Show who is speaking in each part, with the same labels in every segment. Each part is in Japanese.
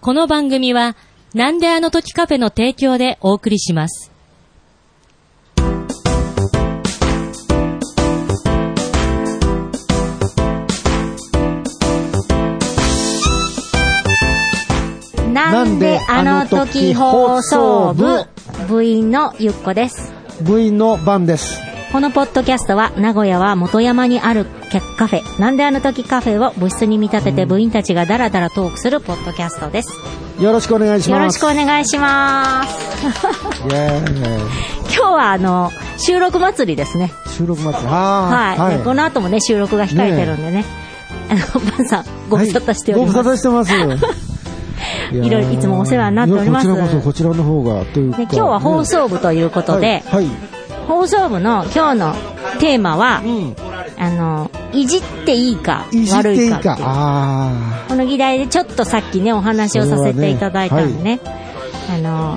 Speaker 1: この番組は、なんであの時カフェの提供でお送りします。
Speaker 2: なんであの時放送部部員のゆっこです。
Speaker 3: 部員の番です。
Speaker 2: このポッドキャストは名古屋は元山にあるカフェ、なんであの時カフェを部室に見立てて部員たちがダラダラトークするポッドキャストです。
Speaker 3: よろしくお願いし
Speaker 2: よ
Speaker 3: ま
Speaker 2: ろし
Speaker 3: す。
Speaker 2: くお願いします。
Speaker 3: イェーイ
Speaker 2: 今日はあの、収録祭りですね。
Speaker 3: 収録待つ。あ
Speaker 2: はい、
Speaker 3: ーはい。
Speaker 2: でこの後もね、収録が控えてるんでね。あの、パンさん、ご無沙汰しております。
Speaker 3: はいご無沙汰してます。
Speaker 2: いろいろいつもお世話になっております
Speaker 3: いやこちらこそ、こちらの方が、というか。
Speaker 2: で今日は放送部ということで、
Speaker 3: ねはい。はい
Speaker 2: 放送部の今日のテーマは、
Speaker 3: うん。
Speaker 2: あの、いじっていいか、
Speaker 3: いじっ
Speaker 2: 悪
Speaker 3: てい
Speaker 2: い
Speaker 3: い
Speaker 2: かっていう
Speaker 3: か。あ
Speaker 2: この議題でちょっとさっきね、お話をさせていただいたんでね。あの、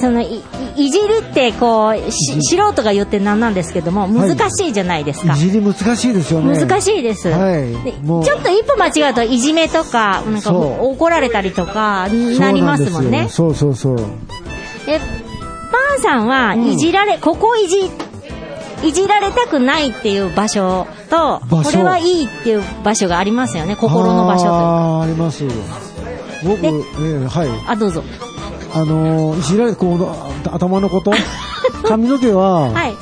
Speaker 2: そのい、いいじるってこう、し素人が言ってなんなんですけども、
Speaker 3: はい
Speaker 2: 難しいじゃないです
Speaker 3: あ。
Speaker 2: か
Speaker 3: い。じり難しいですよね。
Speaker 2: 難しいです、
Speaker 3: はい
Speaker 2: で
Speaker 3: もう
Speaker 2: ちょっと一歩間違うといじめとかなんか
Speaker 3: そう
Speaker 2: 怒られたりとか
Speaker 3: そ
Speaker 2: に
Speaker 3: うん
Speaker 2: なりますもんね
Speaker 3: ですよそうそうそう。
Speaker 2: でパンさんはいじられ、ここいじいじられたくないっていう場所と
Speaker 3: 場所
Speaker 2: これはいいっていう場所がありますよね心の場所というか
Speaker 3: ああー、あります。僕、
Speaker 2: で
Speaker 3: ね、はい。
Speaker 2: あどうぞ
Speaker 3: あのー、いじられ、この、あ頭の こと。髪の毛は、
Speaker 2: はい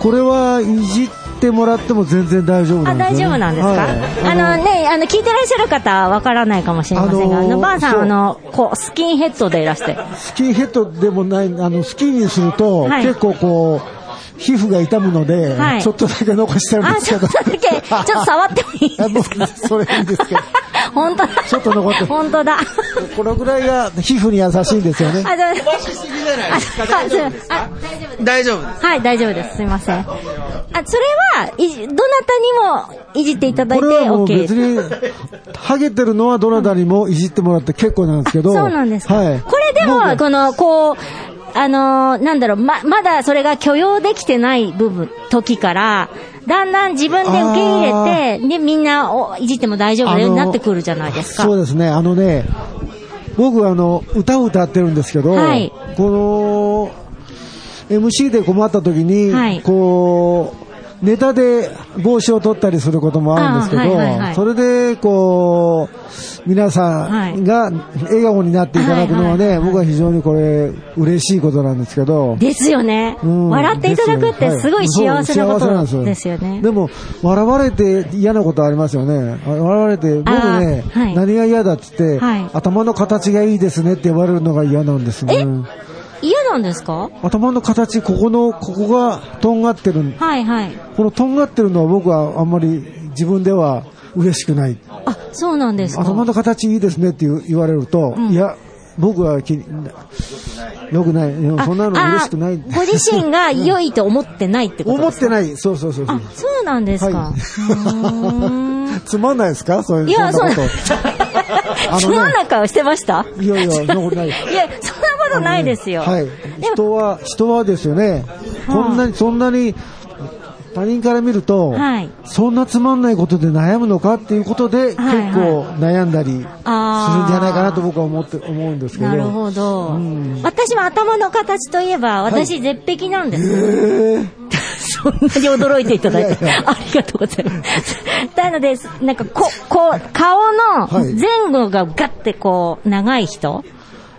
Speaker 3: これはいじってもらっても全然大丈夫な
Speaker 2: あ
Speaker 3: んです
Speaker 2: 大丈
Speaker 3: よ、ね、
Speaker 2: 夫なんですか、
Speaker 3: はい
Speaker 2: あのねあの聞いてらっしゃる方はわからないかもしれませんが、
Speaker 3: あ
Speaker 2: あ
Speaker 3: のー
Speaker 2: のばあさん
Speaker 3: そう
Speaker 2: あのこうスキンヘッドでいら して
Speaker 3: スキンヘッドでもないあのスキンにすると、
Speaker 2: はい
Speaker 3: 結構こう皮膚が痛むので、
Speaker 2: はい
Speaker 3: ちょっとだけ残してるん
Speaker 2: あ
Speaker 3: です
Speaker 2: ち
Speaker 3: け
Speaker 2: ょっと
Speaker 3: ど
Speaker 2: だけちょっと触ってもいい
Speaker 3: あもうそれいいですけど
Speaker 2: 本当だ。
Speaker 3: ちょっと残ってる
Speaker 2: 本当だ。
Speaker 3: このぐらいが皮膚に優しいんですよね
Speaker 2: あ、だめ。
Speaker 4: しすぎじゃない
Speaker 2: あ、すいませんあ
Speaker 4: 大丈夫です。
Speaker 2: はい、大丈夫です。すいません。あ、それは、いじ、どなたにもいじっていただい
Speaker 3: こ
Speaker 2: て
Speaker 3: れはもう
Speaker 2: OK で
Speaker 3: 別
Speaker 2: す。
Speaker 3: にハゲてるのはどなたにもいじってもらって結構なんですけど
Speaker 2: そうなんですか。
Speaker 3: はい、
Speaker 2: これでも、この、こう、あのーなんだろう、ま、まだそれが許容できてない部分、時から、だんだん自分で受け入れて、で、みんなをいじっても大丈夫だようになってくるじゃないですか。
Speaker 3: そうですね、あのね、僕あの、歌を歌ってるんですけど、
Speaker 2: はい
Speaker 3: この、MC で困った時に、
Speaker 2: はい
Speaker 3: こう、ネタで帽子を取ったりすることもあるんですけ
Speaker 2: あー
Speaker 3: ど、
Speaker 2: はいはいはい
Speaker 3: それで、こう、皆さんが笑顔になっていただくの
Speaker 2: は
Speaker 3: はね、
Speaker 2: いはいはい
Speaker 3: 僕は非常にこれ、嬉しいことなんですけど、
Speaker 2: ですよね、
Speaker 3: うん
Speaker 2: 笑っていただくってすごい
Speaker 3: ですよは
Speaker 2: 幸
Speaker 3: い
Speaker 2: せなこ
Speaker 3: そう幸せなん
Speaker 2: とですよね。
Speaker 3: でも、笑われて嫌なことありますよね。あ笑われて、僕
Speaker 2: あ
Speaker 3: ね、
Speaker 2: ーはい
Speaker 3: 何が嫌だって言って、
Speaker 2: はい
Speaker 3: 頭の形がいいですねって言われるのが嫌なんですね。
Speaker 2: 嫌なんですか
Speaker 3: 頭の形、ここの、ここがとんがってる。
Speaker 2: はいはい。
Speaker 3: このとんがってるのは僕はあんまり自分では嬉しくない。
Speaker 2: あ、そうなんですか。
Speaker 3: 頭の形いいですねって言う言われると、
Speaker 2: うん
Speaker 3: いや、僕はきよくない。うん
Speaker 2: あ
Speaker 3: そんなの嬉しくない。
Speaker 2: あ ご自身が良いと思ってないってこと
Speaker 3: 思
Speaker 2: で
Speaker 3: っ
Speaker 2: すか
Speaker 3: てない。そうそうそうそう
Speaker 2: あ、。そうなんですか。
Speaker 3: はいう
Speaker 2: ーん
Speaker 3: つまんないですかそういう、
Speaker 2: いや、
Speaker 3: そ
Speaker 2: そ
Speaker 3: ん
Speaker 2: う
Speaker 3: な
Speaker 2: な
Speaker 3: こ、
Speaker 2: そんな中をしてました
Speaker 3: と。いや いや、そんなことないです。
Speaker 2: いや、そんなことないですよ。
Speaker 3: は
Speaker 2: で
Speaker 3: い。
Speaker 2: も、
Speaker 3: 人は、人はですよね、
Speaker 2: はい
Speaker 3: こんなに、そんなに、他人から見ると、
Speaker 2: はい
Speaker 3: そんなつまんないことで悩むのかっていうことで、
Speaker 2: はい
Speaker 3: 結構悩んだりするんじ
Speaker 2: あー
Speaker 3: ゃないかなと僕は思って、思うんですけど。
Speaker 2: なるほど
Speaker 3: うん。
Speaker 2: 私も頭の形といえば、私絶壁なんです。 そんなに驚いていただいて、
Speaker 3: いやい
Speaker 2: ありがとうございます。なので、なんかこ、こう、顔の
Speaker 3: はい
Speaker 2: 前後がガッてこう、長い人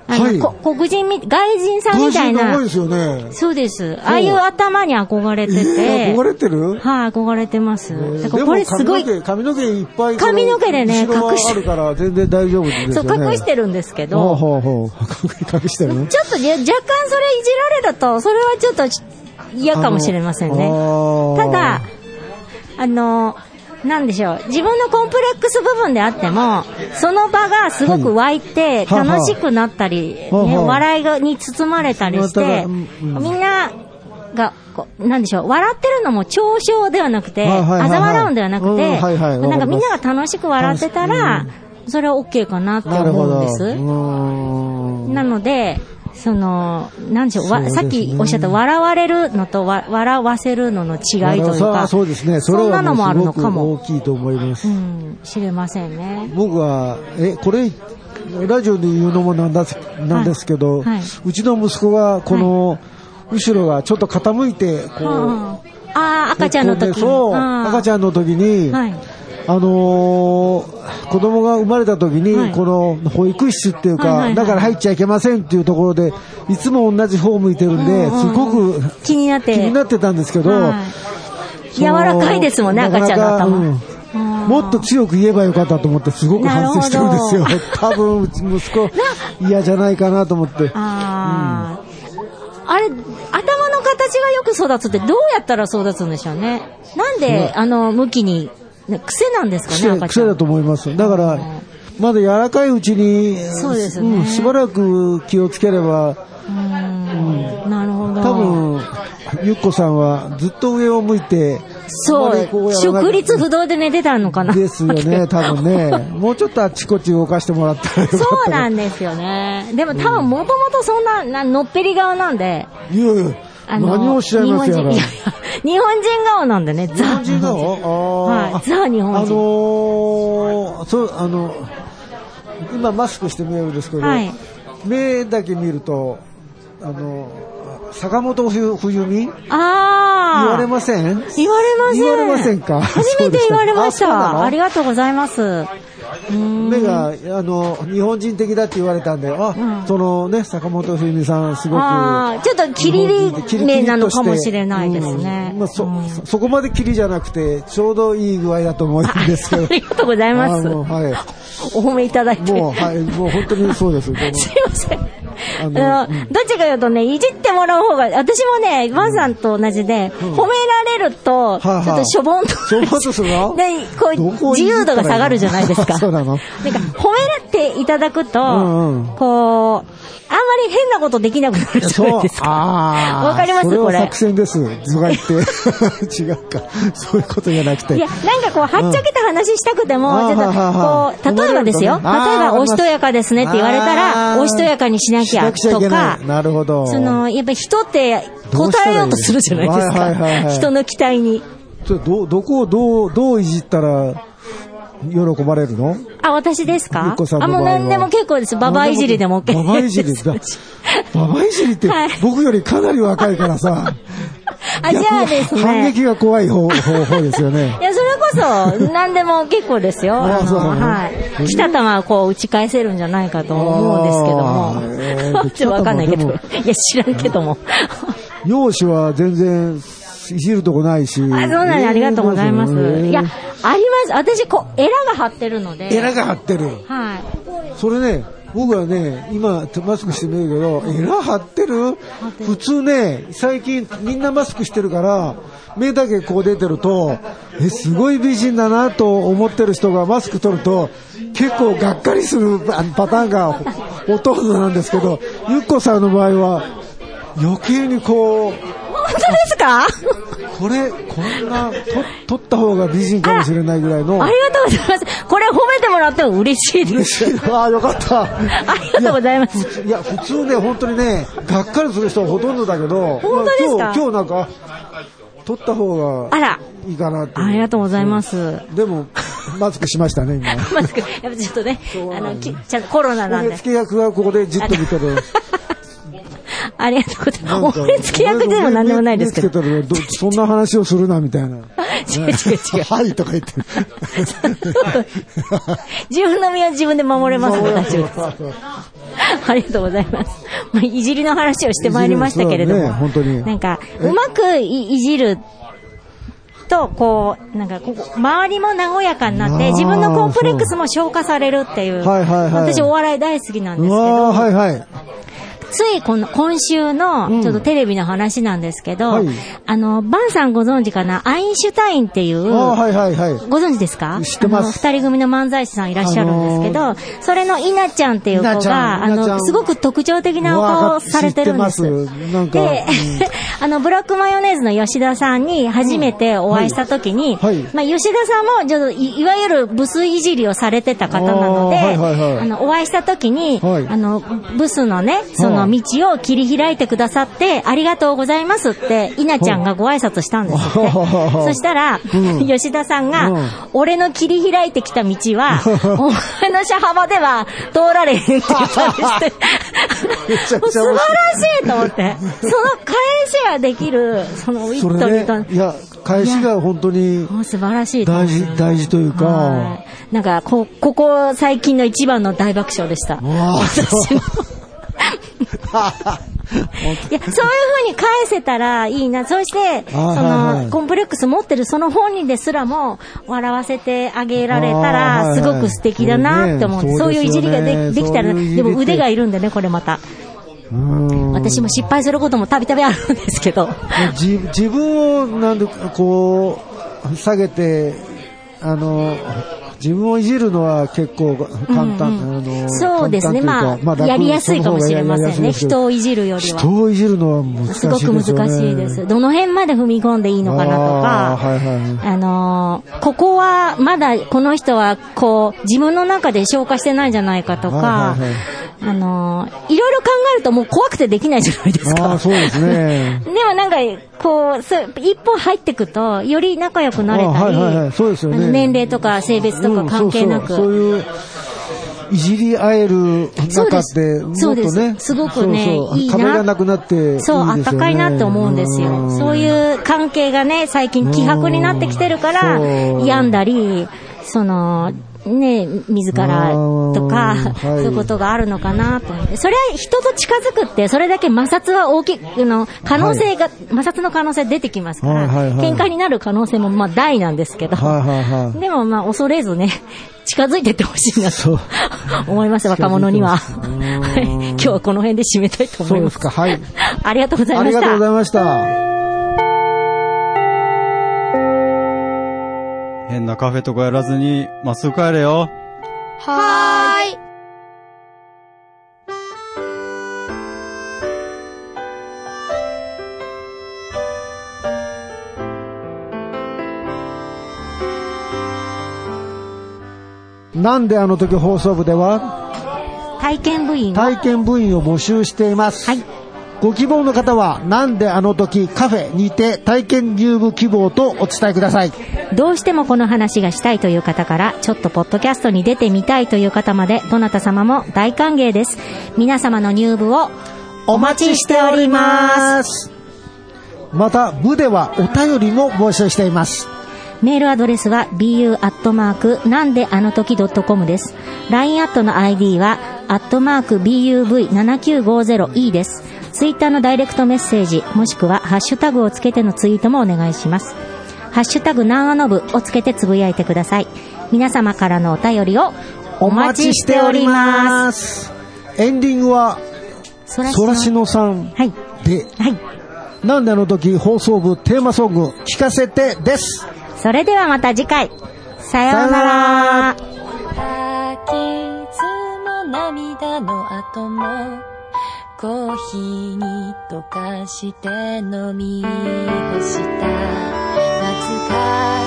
Speaker 2: あの、
Speaker 3: はい
Speaker 2: こ黒人み、外人さん
Speaker 3: 個
Speaker 2: みたい
Speaker 3: 人が多い
Speaker 2: な
Speaker 3: で。すよね。
Speaker 2: そうです。ああいう頭に憧れてて。
Speaker 3: えー憧れて
Speaker 2: は
Speaker 3: る
Speaker 2: い、憧れてま
Speaker 3: え
Speaker 2: す。だ
Speaker 3: ー
Speaker 2: から
Speaker 3: でも
Speaker 2: これすごい、
Speaker 3: 髪の毛髪の毛いっぱいその
Speaker 2: 髪の毛でね
Speaker 3: 後ろは
Speaker 2: 隠し
Speaker 3: あるから全然大丈夫ですよね
Speaker 2: そう、隠してるんですけ
Speaker 3: ほう
Speaker 2: ど、
Speaker 3: ほうほう隠してるね
Speaker 2: ちょっとね若干それいじられたと、それはちょっとし嫌かもしれません
Speaker 3: あ
Speaker 2: ね。
Speaker 3: のあ
Speaker 2: た
Speaker 3: ー
Speaker 2: だ、あの、なんでしょう。自分のコンプレックス部分であっても、その場がすごく湧いて、
Speaker 3: はい
Speaker 2: 楽しくなったり、ね、
Speaker 3: はあはあ
Speaker 2: 笑いがに包まれたりし
Speaker 3: ま
Speaker 2: て、
Speaker 3: ただうん
Speaker 2: みんなが、こうなんでしょう、笑ってるのも嘲笑ではなくて、
Speaker 3: はいはいはいはい
Speaker 2: 嘲笑うんではなく
Speaker 3: うん
Speaker 2: て、
Speaker 3: はいはいわかります
Speaker 2: なんかみんなが楽しく笑ってたら、それは OK かなって
Speaker 3: なる
Speaker 2: 思
Speaker 3: ほ
Speaker 2: うん
Speaker 3: ど。
Speaker 2: です。
Speaker 3: うーん
Speaker 2: なので、その、なんでしょう、わ
Speaker 3: そうです
Speaker 2: さっ
Speaker 3: ね
Speaker 2: きおっしゃった、笑われるのとわ笑わせるのの違いという
Speaker 3: さあ
Speaker 2: か、
Speaker 3: そうですね。それ
Speaker 2: そんな
Speaker 3: は
Speaker 2: のもある
Speaker 3: も
Speaker 2: の
Speaker 3: うすご
Speaker 2: か
Speaker 3: く大
Speaker 2: も。
Speaker 3: きいと思いま
Speaker 2: う
Speaker 3: す。
Speaker 2: ん、知れませんね。
Speaker 3: 僕は、え、これ、ラジオで言うのもなんだなんですけど、
Speaker 2: はいはいう
Speaker 3: ちの息子がこの、後ろがちょっと傾いて、こう、
Speaker 2: ああ、赤ちゃんの時に
Speaker 3: そう、赤ちゃんの時に、
Speaker 2: はい
Speaker 3: あのー子供が生まれた時に、
Speaker 2: はい
Speaker 3: この保育室っていうか、
Speaker 2: はいはいはい
Speaker 3: だから入っちゃいけませんっていうところで、いつも同じ方向いてるんで、
Speaker 2: うん
Speaker 3: すごく
Speaker 2: 気になって。
Speaker 3: 気になってたんですけど、
Speaker 2: はい
Speaker 3: そ
Speaker 2: 柔
Speaker 3: の
Speaker 2: らかいですもんね、
Speaker 3: なか
Speaker 2: 赤
Speaker 3: な
Speaker 2: ちゃんの
Speaker 3: か
Speaker 2: 頭。
Speaker 3: うん
Speaker 2: あー
Speaker 3: もっと強く言えばよかったと思ってすごく反省してるんですよ
Speaker 2: なる。
Speaker 3: 多分、うち息子嫌じゃないかなと思って。
Speaker 2: ああ、あれ、頭の形がよく育つってどうやったら育つんでしょうね。なんで、あの、向きに、ね癖なんですかね、
Speaker 3: 癖
Speaker 2: 赤ちゃ
Speaker 3: 癖
Speaker 2: ん。
Speaker 3: だと思います。だから
Speaker 2: うん、
Speaker 3: まだ柔らかいうちに、
Speaker 2: そうですね
Speaker 3: んしばらく気をつければ、
Speaker 2: うーんなるほど。
Speaker 3: 多分、ゆっこさんはずっと上を向いて、
Speaker 2: そ
Speaker 3: あまりこ
Speaker 2: う、
Speaker 3: やらな
Speaker 2: 直立不動で寝てたのかな。
Speaker 3: ですよね、多分ね。もうちょっとあっちこっち動かしてもらったらよか った
Speaker 2: そう
Speaker 3: か
Speaker 2: なんですよね。でも多分もともとそんな、なのっぺり顔なんで、
Speaker 3: いやいや
Speaker 2: あの、
Speaker 3: 何をおっしゃいますやら。
Speaker 2: 日本人いやいや日本人顔なんでね、ザ。
Speaker 3: 日本人なのあー
Speaker 2: はいザ日本人
Speaker 3: あのー、そう、あの、今マスクして見えるんですけど、
Speaker 2: はい
Speaker 3: 目だけ見ると、あの、坂本冬冬美言
Speaker 2: ああ。
Speaker 3: われません
Speaker 2: 言われません。
Speaker 3: 言われませんか
Speaker 2: 初めて言われまし
Speaker 3: そうでしたあそうな
Speaker 2: た。
Speaker 3: の
Speaker 2: ありがとうございます。うーん
Speaker 3: 目が、あの、日本人的だって言われたんで、あ、
Speaker 2: うん
Speaker 3: そのね、坂本冬美さん、すごく。
Speaker 2: あーちょっとキリリ目なのかもしれないですね。
Speaker 3: うんまあ、そ、
Speaker 2: うん
Speaker 3: そこまでキリじゃなくて、ちょうどいい具合だと思うんですけど。
Speaker 2: ありがとうございま
Speaker 3: あ
Speaker 2: す。
Speaker 3: のはい。
Speaker 2: お褒めいただいて。
Speaker 3: もう、はい、もう本当にそうです。で も
Speaker 2: すいません。あの
Speaker 3: あのうん
Speaker 2: どっちか言うとね、いじってもらう方が、私もね、ワンさんと同じで、褒められると、ち
Speaker 3: は
Speaker 2: ょ
Speaker 3: い
Speaker 2: っとしょぼんと。
Speaker 3: しょぼんとする の
Speaker 2: で、こ
Speaker 3: ど
Speaker 2: う、
Speaker 3: こ
Speaker 2: 自
Speaker 3: に行
Speaker 2: 由
Speaker 3: った
Speaker 2: 度
Speaker 3: ら
Speaker 2: が
Speaker 3: いいの
Speaker 2: 下がるじゃないですか。
Speaker 3: そうなの
Speaker 2: なんか、褒められていただくと、
Speaker 3: んうん
Speaker 2: こう、あんまり変なことできなくなるじゃないですか。
Speaker 3: ああ。
Speaker 2: わかります
Speaker 3: それ
Speaker 2: こ
Speaker 3: は
Speaker 2: れ
Speaker 3: 作戦です。ズバリって。 違うか。そういうことじゃなくて。
Speaker 2: いや、なんかこう、はっちゃけた話したくても、
Speaker 3: うん
Speaker 2: ちょっと、
Speaker 3: あーはーはーはー
Speaker 2: こう、例えばですよ。例え
Speaker 3: 褒められるとねあ
Speaker 2: ば、
Speaker 3: ー
Speaker 2: おしとやかですねって言われた
Speaker 3: あ
Speaker 2: ら、
Speaker 3: ー
Speaker 2: おしとやかにしなきゃ
Speaker 3: しな
Speaker 2: と
Speaker 3: くちゃいけ
Speaker 2: か
Speaker 3: ない、なるほど
Speaker 2: その、やっぱり人って
Speaker 3: どうした
Speaker 2: 答
Speaker 3: らい
Speaker 2: え
Speaker 3: い
Speaker 2: ようとするじゃないです
Speaker 3: はいはいはい
Speaker 2: か。
Speaker 3: はい
Speaker 2: 人の期待に。
Speaker 3: ちょど、どこをどう、どういじったら、喜ばれるの
Speaker 2: あ、私ですか
Speaker 3: ゆっこさん
Speaker 2: あ、
Speaker 3: の場
Speaker 2: も
Speaker 3: 合
Speaker 2: う
Speaker 3: は
Speaker 2: 何でも結構です。ババアいじりでも OK です。
Speaker 3: ババアいじり だ。ババアいじりって
Speaker 2: はい、
Speaker 3: 僕よりかなり若いからさ。
Speaker 2: あ、じゃあですね。
Speaker 3: 逆に反撃が怖い方方方ですよね
Speaker 2: い。や、それこ そ、何でも結構ですよ。
Speaker 3: あ
Speaker 2: あ
Speaker 3: そ
Speaker 2: の
Speaker 3: うなの
Speaker 2: はい。来た球はこう、打ち返せるんじゃないかと思うんですけど
Speaker 3: あ
Speaker 2: も。
Speaker 3: ー
Speaker 2: ちょっとわかんないけど。い
Speaker 3: でも
Speaker 2: や、知らんけども。
Speaker 3: 容姿は全然、いじるとこないし。あ、そう
Speaker 2: あ、そうなんありがとうございます。いや、あります。私、こう、エラが張ってるので。
Speaker 3: エラが張ってる。
Speaker 2: はい。
Speaker 3: それね、僕はね、今、マスクしてみるけど、エラ張ってる普通ね、最近みんなマスクしてるから、目だけこう出てると、え、すごい美人だなと思ってる人がマスク取ると、結構がっかりするあのパターンがほほとんどなんですけど、ゆっこさんの場合は、余計にこう、
Speaker 2: 本当ですか
Speaker 3: これ、こんな、と、取った方が美人かもしれないぐらいの
Speaker 2: あり、がとうございます。これ褒めてもらっても嬉しいです。
Speaker 3: 嬉しい。 ああ、よかった。
Speaker 2: ありがとうございます。
Speaker 3: いや、普通ね、本当にね、がっかりする人はほとんどだけど、
Speaker 2: 本当ですか
Speaker 3: まあ今日、今日なんか、取った方が
Speaker 2: あら、
Speaker 3: いいかなって。
Speaker 2: ありがとうございます。
Speaker 3: でも、マスクしましたね、今。
Speaker 2: マスク、やっぱちょっとね、あの、きちゃんとコロナなん
Speaker 3: 骨
Speaker 2: で。
Speaker 3: 付け役はここでじっと見てる。
Speaker 2: ありがとうござい
Speaker 3: なん
Speaker 2: ま
Speaker 3: か
Speaker 2: す。俺付き役でも何でもないですけど。
Speaker 3: 目目つけたらどそんな話をするな、みたいな。
Speaker 2: 違う違う違う。
Speaker 3: はい、とか言って。
Speaker 2: 自分の身は自分で守れますので大丈夫です。
Speaker 3: 夫
Speaker 2: ありがとうございます。まあ、いじりの話をしてまいりましたけれども。
Speaker 3: いじりそうだね本当に
Speaker 2: なんか、
Speaker 3: え
Speaker 2: うまくいいじると、こう、なんかここ、周りも和やかになっ
Speaker 3: あ
Speaker 2: て、
Speaker 3: ー
Speaker 2: 自分のコンプレックスも消化されるっていう。
Speaker 3: はいはいはい
Speaker 2: 私お笑い大好きなんで
Speaker 3: う
Speaker 2: すけ
Speaker 3: わ
Speaker 2: ど
Speaker 3: ー、はいはい。
Speaker 2: ついこの、今週
Speaker 3: うん
Speaker 2: の、ちょっとテレビの話なんですけど、
Speaker 3: はい
Speaker 2: あの、バンさんご存知かなアインシュタインっていう、
Speaker 3: ああ、はいはいはい。
Speaker 2: ご存知ですか
Speaker 3: 知ってます
Speaker 2: あの二人組の漫才師さんいらっしゃるんですけど、
Speaker 3: あ
Speaker 2: それの稲ちゃんっていう子
Speaker 3: 稲ちゃ
Speaker 2: が、
Speaker 3: ん
Speaker 2: あ
Speaker 3: 稲ちゃ
Speaker 2: の、
Speaker 3: ん
Speaker 2: すごく特徴的なお
Speaker 3: わ
Speaker 2: 顔
Speaker 3: か
Speaker 2: をされてるんです。
Speaker 3: 知ってますなんか
Speaker 2: で、 あの、ブラックマヨネーズの吉田さんに初めてお会いした時に、
Speaker 3: はいはい
Speaker 2: まあ、吉田さんも、ちょっとい、いわゆるブスいじりをされてた方なので、
Speaker 3: あ
Speaker 2: あ,、
Speaker 3: ーはいはいはい
Speaker 2: の、お会いした時に、
Speaker 3: はい
Speaker 2: あの、ブスのね、そ
Speaker 3: は
Speaker 2: の
Speaker 3: い
Speaker 2: 道を切り開いてくださって、ありがとうございますって、稲ちゃんがご挨拶したんですって。
Speaker 3: はい
Speaker 2: そしたら、
Speaker 3: う ん
Speaker 2: 吉田さんが、
Speaker 3: うん
Speaker 2: 俺の切り開いてきた道 は、お前の車幅では通られへんって言ったりして。
Speaker 3: めちゃ
Speaker 2: もう
Speaker 3: くち
Speaker 2: 素
Speaker 3: ゃ
Speaker 2: 晴
Speaker 3: 面白
Speaker 2: ら
Speaker 3: い
Speaker 2: しいと思って。その返しができる、そのウィッ
Speaker 3: そ
Speaker 2: トに
Speaker 3: れ
Speaker 2: と、
Speaker 3: ね、いや、返しが本当に
Speaker 2: もう素晴らしいと思
Speaker 3: 大
Speaker 2: う
Speaker 3: 事、大事という
Speaker 2: は
Speaker 3: か、
Speaker 2: いなんか、こ、ここ最近の一番の大爆笑でした。
Speaker 3: わあ
Speaker 2: 私の。いや、そういう風に返せたらいいな。そして、そ
Speaker 3: はいはい
Speaker 2: の、コンプレックス持ってるその本人ですらも、笑わせてあげられた
Speaker 3: あーはいは
Speaker 2: ら、
Speaker 3: い
Speaker 2: すごく素敵だなって思う。
Speaker 3: そうね
Speaker 2: そういういじりが
Speaker 3: そう
Speaker 2: で
Speaker 3: ですよね
Speaker 2: できたら、
Speaker 3: そういういじり
Speaker 2: で
Speaker 3: って
Speaker 2: も腕がいるんでね、これまた。
Speaker 3: うん
Speaker 2: 私も失敗することもたびたびあるんですけど。
Speaker 3: じ自分をなんでこう下げてあの自分をいじるのは結構簡単、あの
Speaker 2: そうですね。まあ
Speaker 3: 簡単というか、楽
Speaker 2: やりやすいかもしれませんね。
Speaker 3: その
Speaker 2: 人
Speaker 3: 方が
Speaker 2: をいじるよりは。
Speaker 3: 人をいじるのは難しいです
Speaker 2: す
Speaker 3: よね
Speaker 2: ごく難しいです。どの辺まで踏み込んでいいのかなとか、
Speaker 3: あーはいはい
Speaker 2: あのーここはまだこの人はこう、自分の中で消化してないんじゃないかとか、
Speaker 3: はいはいはい
Speaker 2: あのーいろいろ考えるともう怖くてできないじゃないです
Speaker 3: あ
Speaker 2: か。
Speaker 3: あそうですね
Speaker 2: でもなんか、こう、そう一歩入ってくと、より仲良くなれたり、
Speaker 3: あはいはいはいそうですよね
Speaker 2: あの年齢とか性別とか関係なく、
Speaker 3: うんそうそうそういういじり合える中っ
Speaker 2: そう
Speaker 3: て
Speaker 2: で
Speaker 3: もっ
Speaker 2: すそうです
Speaker 3: とね
Speaker 2: すごくね
Speaker 3: そうそう
Speaker 2: いいな
Speaker 3: 壁がなくなっていいです
Speaker 2: そ
Speaker 3: よ
Speaker 2: う、
Speaker 3: ね
Speaker 2: あったかいなって思うんですよ。そういう関係がね、最近希薄になってきてるから
Speaker 3: うんそ、う
Speaker 2: 病んだり、その、ね、自らとか、
Speaker 3: うんはい
Speaker 2: そういうことがあるのかなと思って。それは人と近づくって、それだけ摩擦は大きい、あの、可能性が、摩擦の可能性出てきますから、
Speaker 3: はいはいはい
Speaker 2: 喧嘩になる可能性もまあ大なんですけど、
Speaker 3: はいはいはい
Speaker 2: でもまあ恐れずね、近づいてってほしいな
Speaker 3: そ
Speaker 2: と
Speaker 3: う
Speaker 2: 思いました、若者には。
Speaker 3: 近
Speaker 2: はい 今日はこの辺で締めたいと思
Speaker 3: そ
Speaker 2: いうま。
Speaker 3: ですすかはい
Speaker 2: ありがとうござい
Speaker 3: あ
Speaker 2: ま
Speaker 3: り
Speaker 2: し
Speaker 3: がとうござ
Speaker 2: た。
Speaker 3: いました。
Speaker 4: 変なカフェとかやらずに、まっすぐ帰れよ。
Speaker 3: なんであの時放送部では
Speaker 2: 体験部員の
Speaker 3: 体験部員を募集しています。
Speaker 2: はい
Speaker 3: ご希望の方は、なんであの時カフェにて体験入部希望とお伝えください。
Speaker 2: どうしてもこの話がしたいという方から、ちょっとポッドキャストに出てみたいという方まで、どなた様も大歓迎です。皆様の入部を
Speaker 3: お待ちしております。また、部ではお便りも募集しています。
Speaker 2: メールアドレスは bu アットマークなんであの時 .com です。LINE アットの ID はアットマーク buv7950e です。ツイッターのダイレクトメッセージ、もしくはハッシュタグをつけてのツイートもお願いします。ハッシュタグなんあのぶをつけてつぶやいてください。皆様からのお便りをお待ちしております。
Speaker 3: す。エンディングは、
Speaker 2: そ
Speaker 3: そらしのさん
Speaker 2: はい。
Speaker 3: で、
Speaker 2: はい。
Speaker 3: なんであの時放送部テーマソング、聞かせてです。
Speaker 2: それではまた次回。さような
Speaker 3: さような
Speaker 2: ら。
Speaker 5: 吐きつも涙の後もコーヒーに溶かして飲み干した懐か